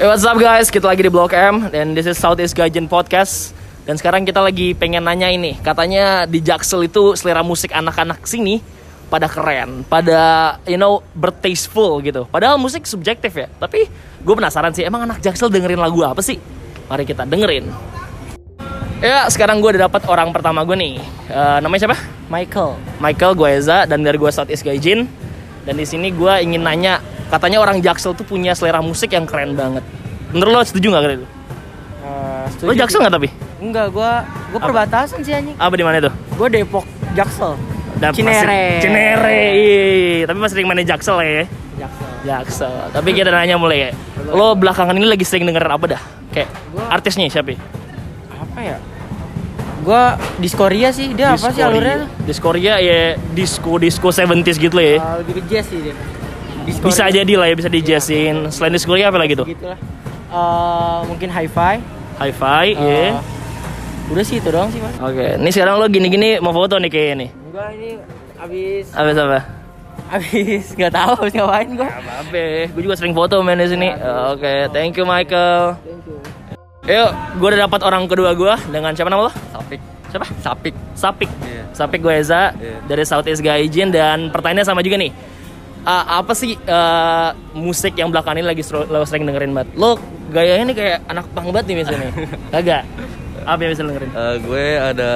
Hey, what's up guys? Kita lagi di Blok M dan this is Southeast Gaijin Podcast. Dan sekarang kita lagi pengen nanya ini. Katanya di Jaksel itu selera musik anak-anak sini pada keren, pada you know bertasteful gitu. Padahal musik subjektif ya. Tapi gue penasaran sih, emang anak Jaksel dengerin lagu apa sih? Mari kita dengerin. Ya, sekarang gue udah dapat orang pertama gue nih. Eh, namanya siapa? Michael. Michael, gue Eza, dan dari gue Southeast Gaijin. Dan di sini gue ingin nanya, katanya orang Jaksel tuh punya selera musik yang keren banget. Menurut lo setuju nggak keren? Eh, setuju Lo Jaksel sih. nggak tapi? Enggak, gua gua Apa? perbatasan sih anjing. Apa di mana itu? Gua Depok, Jaksel. Dan pasti- Cinere. Cinere. iya. Tapi masih sering main di Jaksel lah ya. Jaksel. Jaksel. Tapi kita nanya mulai ya. Lo belakangan ini lagi sering denger apa dah? Kayak Gua- artisnya siapa? ya? Apa ya? Gua Diskoria sih, dia apa sih Disco- alurnya? Disco Korea ya disco disco 70s gitu lah ya. Eh, lebih ke jazz sih dia. Diskoria. Bisa jadi lah ya bisa di jazzin. Iya. Selain disco Korea apa lagi Gitu. tuh? Gitulah. Eh, mungkin hi-fi. Hi-fi, Ah. ya. Eh, Udah sih itu doang sih, Mas. Oke, ini sekarang lo gini-gini mau foto nih kayaknya nih. Gua ini abis Apa apa? abis nggak tahu abis ngapain gua. Apa apa? Gue juga sering foto main di sini. Nah, Oke, thank you Michael. Thank you. Yuk, gue udah dapat orang kedua gue dengan siapa nama lo? Sapik. Siapa? Sapik. Sapik. Iya. Sapik gue Eza Iya. dari Southeast Gaijin dan pertanyaannya sama juga nih. Eh, apa sih eh, musik yang belakangan ini lagi seru- lo sering dengerin banget? Lo gayanya nih kayak anak punk banget nih misalnya. nih. Kagak. Apa yang bisa lo dengerin? Eh, gue ada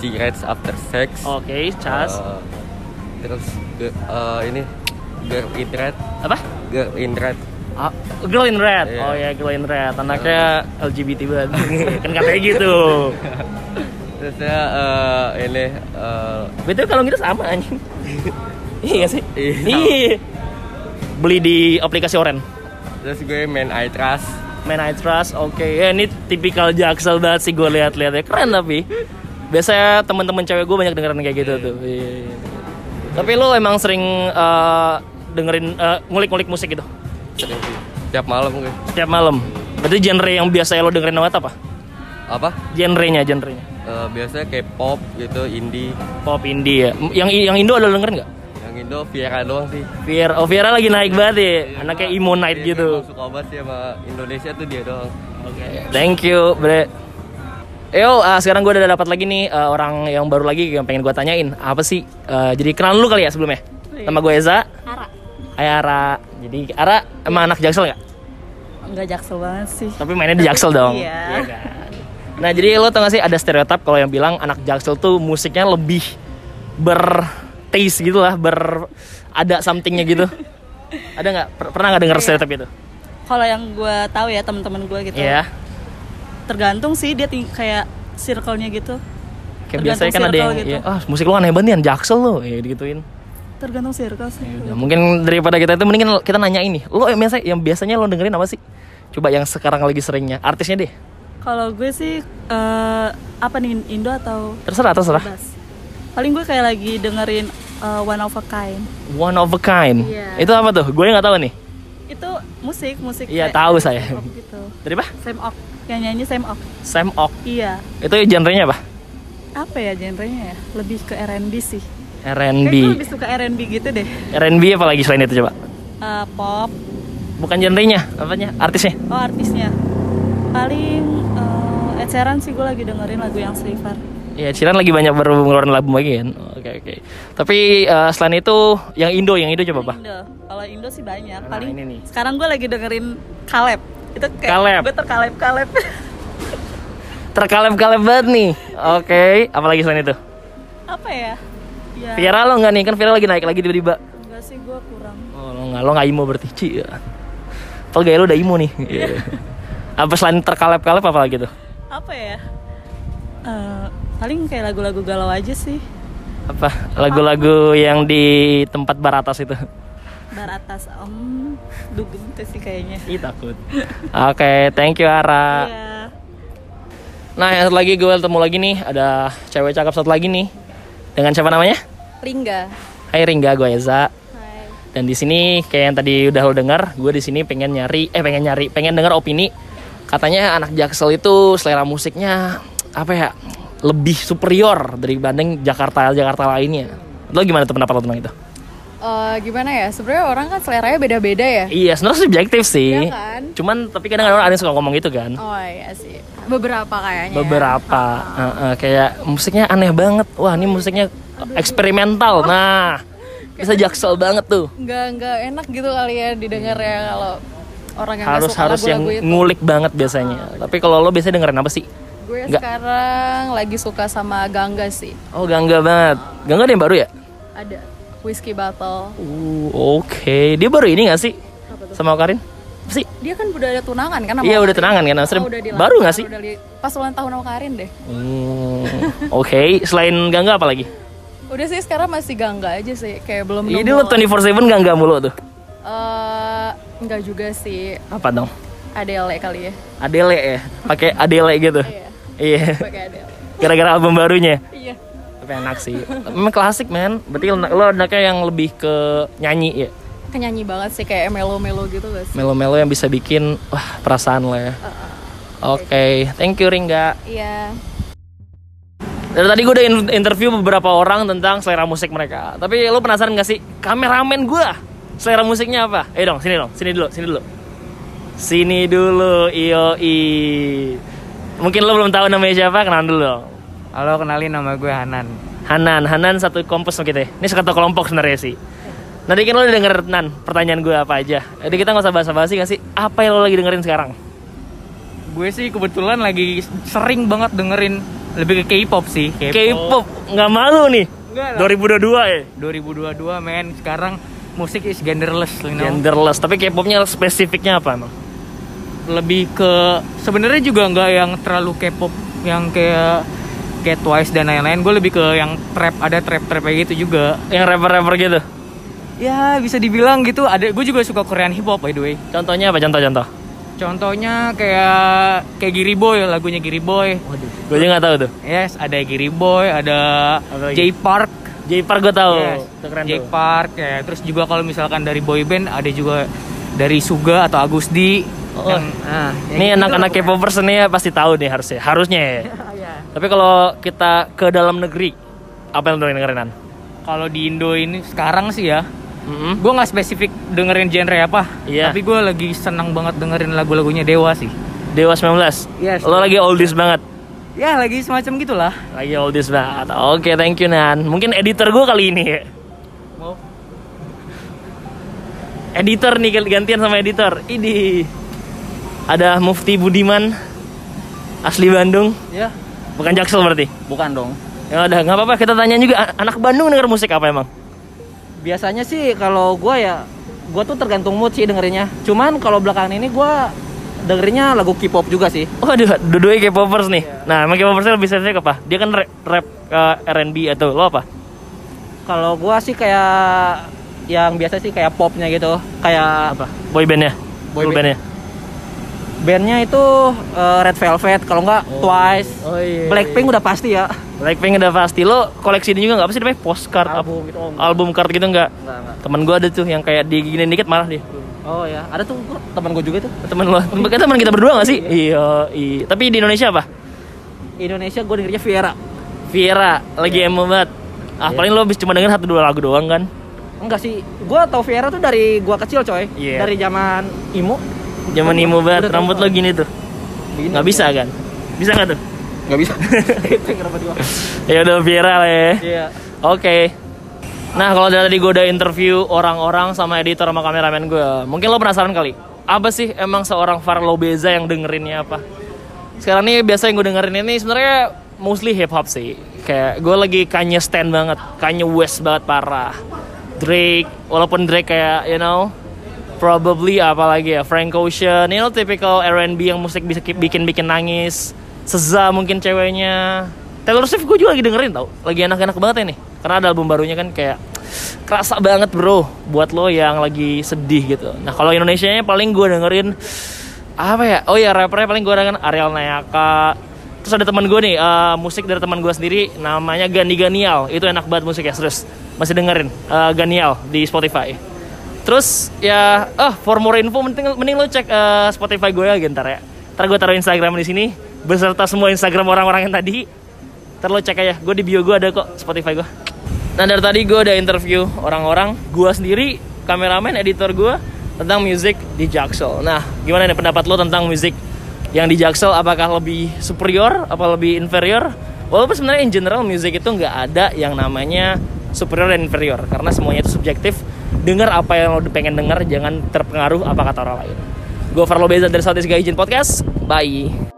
Cigarettes After Sex. Oke, Cas. Eh, terus gue- eh, ini Girl in Red. Apa? Girl in Red. Ah, Girl in Red. Eh. Iya. Oh ya, Girl in Red. Anaknya LGBT banget. kan katanya gitu. Terus saya eh, ini eh, Betul kalau kita sama anjing. iya nggak sih? Iya. Beli di aplikasi Oren. terus gue main I Trust. Man I Trust. Oke, ya ini tipikal Jaksel banget sih gue lihat-lihat ya. Keren tapi. Biasanya teman-teman cewek gue banyak dengerin kayak gitu tuh. Iya, iya. Tapi lo emang sering eh, dengerin eh, ngulik-ngulik musik gitu Sering sih. Tiap malam gue. setiap malam. Berarti genre yang biasa lo dengerin banget apa? Apa? Genrenya, genrenya. Eh, biasanya K-pop gitu, indie. Pop indie ya. Yang yang Indo lo dengerin nggak? Yang Indo Viera doang sih. Viera, oh Viera lagi naik banget ya. Anaknya emo night Dia gitu. emang Suka obat sih sama Indonesia tuh dia doang. Thank you, Bre. Yo, ah, sekarang gue udah dapat lagi nih ah, orang yang baru lagi yang pengen gue tanyain apa sih? Eh, jadi kenalan lu kali ya sebelumnya. Nama gue Eza. Ara Hai Ara. Jadi Ara emang anak Jaksel nggak? nggak jaksel banget sih Tapi mainnya di Jaksel dong. Iya. kan? Nah, jadi lo tau gak sih ada stereotip kalau yang bilang anak Jaksel tuh musiknya lebih bertaste gitu lah, ber ada somethingnya gitu. ada nggak? Per- Pernah nggak Iya. denger stereotip itu? kalau yang gue tahu ya teman-teman gue gitu Iya. tergantung sih dia ting- kayak circle-nya gitu Kayak Tergantung biasanya kan ada circle yang gitu. ya, ah musik lo aneh banget nih, jaksel lo ya digituin. tergantung circle sih Ya, mungkin daripada kita itu mendingan kita nanya ini. Lo yang biasa yang biasanya lo dengerin apa sih? Coba yang sekarang lagi seringnya, artisnya deh. kalau gue sih eh, apa nih Indo atau Terserah, terserah. bebas paling gue kayak lagi dengerin eh, One of a Kind One of a kind. Iya. Itu apa tuh? Gue nggak tahu nih. itu musik musik Iya, kayak tahu saya. Sam Ock gitu Dari apa? Sam Ock yang nyanyi Sam Ock Sam Ock. iya Itu genrenya apa? apa ya genrenya ya lebih ke R&B sih Kayak gue R&B. lebih suka R&B gitu deh R&B apa lagi selain itu coba? Eh, pop Bukan genrenya, apanya? Artisnya. Oh artisnya paling eh, Ed Sheeran sih gue lagi dengerin lagu yang Sliver. Ya, Ciran lagi banyak baru ngeluarin lagu lagi kan. Oke, oke. Tapi eh, selain itu yang Indo, yang Indo coba apa? Indo. Kalau Indo sih banyak. Nah, Paling ini nih. sekarang gue lagi dengerin Caleb. Itu kayak Caleb. gue terkaleb Caleb. Terkalem-kalem banget nih. Oke, apalagi selain itu? Apa ya? Ya. Viera lo nggak nih? Kan Viera lagi naik lagi tiba-tiba. Enggak sih gue kurang. Oh, lo nggak lo nggak imo berarti Ci. ya. Padahal gaya lo udah imo nih. Iya. apa selain terkalep-kalep apa lagi tuh? Apa ya? Eh, paling kayak lagu-lagu galau aja sih. Apa lagu-lagu yang di tempat bar atas itu? Bar atas om dugem tuh sih kayaknya. Ih takut. Oke, thank you Ara. Iya. Nah, yang satu lagi gue ketemu lagi nih ada cewek cakep satu lagi nih. Dengan siapa namanya? Ringga. Hai Ringga, gue Eza. Hai. Dan di sini kayak yang tadi udah lo dengar, gue di sini pengen nyari eh pengen nyari, pengen dengar opini. Katanya anak Jaksel itu selera musiknya apa ya? Lebih superior dari banding Jakarta Jakarta lainnya. Lo gimana tuh pendapat lo tentang itu? Eh eh, gimana ya? Sebenarnya orang kan seleranya beda-beda ya. Iya, sebenarnya subjektif Iya sih. kan? Cuman tapi kadang-kadang orang ada yang suka ngomong gitu kan. Oh iya sih. Beberapa kayaknya. ya. Beberapa Heeh, kayak musiknya aneh banget. Wah, ini musiknya eksperimental. Nah, bisa jaksel banget tuh. Nggak nggak enak gitu kali ya didengar ya kalau orang yang nggak Harus suka harus yang lagu-lagu itu. ngulik banget biasanya. Tapi kalau lo biasanya dengerin apa sih? Gue nggak- sekarang lagi suka sama Gangga sih. Oh, Gangga banget. Gangga ada yang baru ya? Ada Whiskey Battle. Uh, oke. Dia baru ini gak sih? Sama Karin? Apa sih? Dia kan udah ada tunangan kan sama Iya, udah Karin? tunangan kan? Oh, Maksudnya udah dilamar, baru gak sih? udah di- pas ulang tahun sama Karin deh. Hmm, oke. Selain Gangga apa lagi? Udah sih sekarang masih Gangga aja sih. Kayak belum Ini nemu- lo 24/7 Gangga mulu tuh. Eh, enggak juga sih. Apa dong? Adele kali ya. Adele ya? Pakai Adele gitu. Iya. Iya. Pakai Adele. Gara-gara album barunya. Iya. Tapi enak sih. Memang klasik, men. Berarti lo lo anaknya yang lebih ke nyanyi ya. Kenyanyi banget sih kayak melo-melo gitu guys. Melo-melo yang bisa bikin wah perasaan lo ya. Oke, thank you Ringga. Iya. Dari tadi gue udah in- interview beberapa orang tentang selera musik mereka. Tapi lo penasaran gak sih kameramen gue selera musiknya apa? Eh dong, sini dong, sini dulu, sini dulu. Sini dulu, i. Mungkin lo belum tahu namanya siapa, kenalan dulu dong. Halo, kenalin nama gue Hanan. Hanan, Hanan satu kompos sama kita. ya. Ini satu kelompok sebenarnya sih. Nanti kan lo udah denger Nan, pertanyaan gue apa aja. Jadi kita nggak usah basa-basi nggak sih? Apa yang lo lagi dengerin sekarang? Gue sih kebetulan lagi sering banget dengerin lebih ke K-pop sih. K-pop, nggak malu nih. Nggak lah. 2022 ya. 2022 men sekarang musik is genderless you know. Genderless, tapi K-popnya spesifiknya apa emang? lebih ke sebenarnya juga nggak yang terlalu K-pop yang kayak kayak Twice dan lain-lain gue lebih ke yang trap ada trap trap kayak gitu juga Yang rapper-rapper gitu. ya bisa dibilang gitu ada gue juga suka Korean hip hop by the way Contohnya apa? Contoh-contoh. contohnya kayak kayak Giri Boy lagunya Giri Boy Gue juga nggak tahu tuh. yes ada Giri Boy ada Apa lagi? J Park J-Park gue tahu. Iya, Yes, Itu keren J tuh. Oh, Park ya terus juga kalau misalkan dari boy band ada juga dari Suga atau Agusdi Oh. yang- iya. ah, yang Ini gitu anak-anak lah pokoknya. K-popers ini ya pasti tahu nih harusnya. Harusnya ya. Tapi kalau kita ke dalam negeri, apa yang lo dengerin Nan? kalau di Indo ini sekarang sih ya Mm-mm. gue nggak spesifik dengerin genre apa Iya. tapi gue lagi senang banget dengerin lagu-lagunya Dewa sih Dewa 19. Yes. Lo lagi oldies banget. ya lagi semacam gitulah Lagi oldies banget. Oke, thank you Nan. Mungkin editor gue kali ini ya. mau Editor nih gantian sama editor. Ini ada Mufti Budiman asli Bandung, ya bukan Jaksel berarti. Bukan dong. Ya udah, nggak apa-apa kita tanya juga an- anak Bandung denger musik apa emang? Biasanya sih kalau gua ya gua tuh tergantung mood sih dengerinnya. Cuman kalau belakangan ini gua dengerinnya lagu K-pop juga sih. Waduh, dua-duanya K-popers nih. Iya. Nah, emang K-popersnya lebih spesifik apa? Dia kan rap, rap eh, R&B atau lo apa? Kalau gua sih kayak yang biasa sih kayak popnya gitu. Kayak apa? Boy bandnya? Boy Girl band. bandnya? Bandnya itu eh, Red Velvet, kalau nggak Twice, Oh, iya. Blackpink udah pasti ya. Blackpink udah pasti lo koleksi ini juga nggak apa sih namanya postcard apa? Album gitu. Oh, nggak. album card gitu nggak? Nggak, nggak. Temen gue ada tuh yang kayak diginin dikit marah dia. Oh ya, ada tuh gua, teman gua juga tuh. Temen lo, bahkan teman kita berdua nggak sih? Iya, iya. Tapi di Indonesia apa? Indonesia gua dengernya Viera. Viera lagi Iya. emo banget. Ah, paling lo bisa cuma denger satu dua lagu doang kan? Enggak sih, gua tau Viera tuh dari gua kecil coy. Iya. Dari zaman Imo. Zaman emo banget, Udah tau rambut lo kan. gini tuh. Begini. Nggak bisa kan? Bisa nggak tuh? Nggak bisa. Itu yang kenapa gua. Ya udah Viera lah ya. Iya. Oke. Nah, kalau dari tadi gue udah interview orang-orang sama editor sama kameramen gue, mungkin lo penasaran kali. Apa sih emang seorang Farlo Beza yang dengerinnya apa? Sekarang nih biasa yang gue dengerin ini sebenarnya mostly hip hop sih. Kayak gue lagi Kanye Stan banget, Kanye West banget parah. Drake, walaupun Drake kayak you know probably apalagi ya Frank Ocean, you know typical R&B yang musik bisa bikin-bikin nangis. Seza mungkin ceweknya. Taylor Swift gue juga lagi dengerin tau Lagi enak-enak banget ini Karena ada album barunya kan kayak Kerasa banget bro Buat lo yang lagi sedih gitu Nah kalau Indonesia nya paling gue dengerin Apa ya Oh ya rappernya paling gue dengerin Ariel Nayaka Terus ada teman gue nih eh, Musik dari teman gue sendiri Namanya Gani Ganial Itu enak banget musiknya Serius Masih dengerin eh, Ganial di Spotify Terus ya, oh for more info mending mending lo cek eh, Spotify gue ya ntar ya. Ntar gue taruh Instagram di sini beserta semua Instagram orang-orang yang tadi. Ntar lo cek aja. Gue di bio gue ada kok Spotify gue. Nah dari tadi gue udah interview orang-orang, gue sendiri, kameramen, editor gue tentang musik di Jaksel. Nah gimana nih pendapat lo tentang musik yang di Jaksel? Apakah lebih superior, apa lebih inferior? Walaupun sebenarnya in general musik itu nggak ada yang namanya superior dan inferior karena semuanya itu subjektif. Dengar apa yang lo pengen dengar, jangan terpengaruh apa kata orang lain. Gue Farlo Beza dari Southeast Gaijin Podcast. Bye.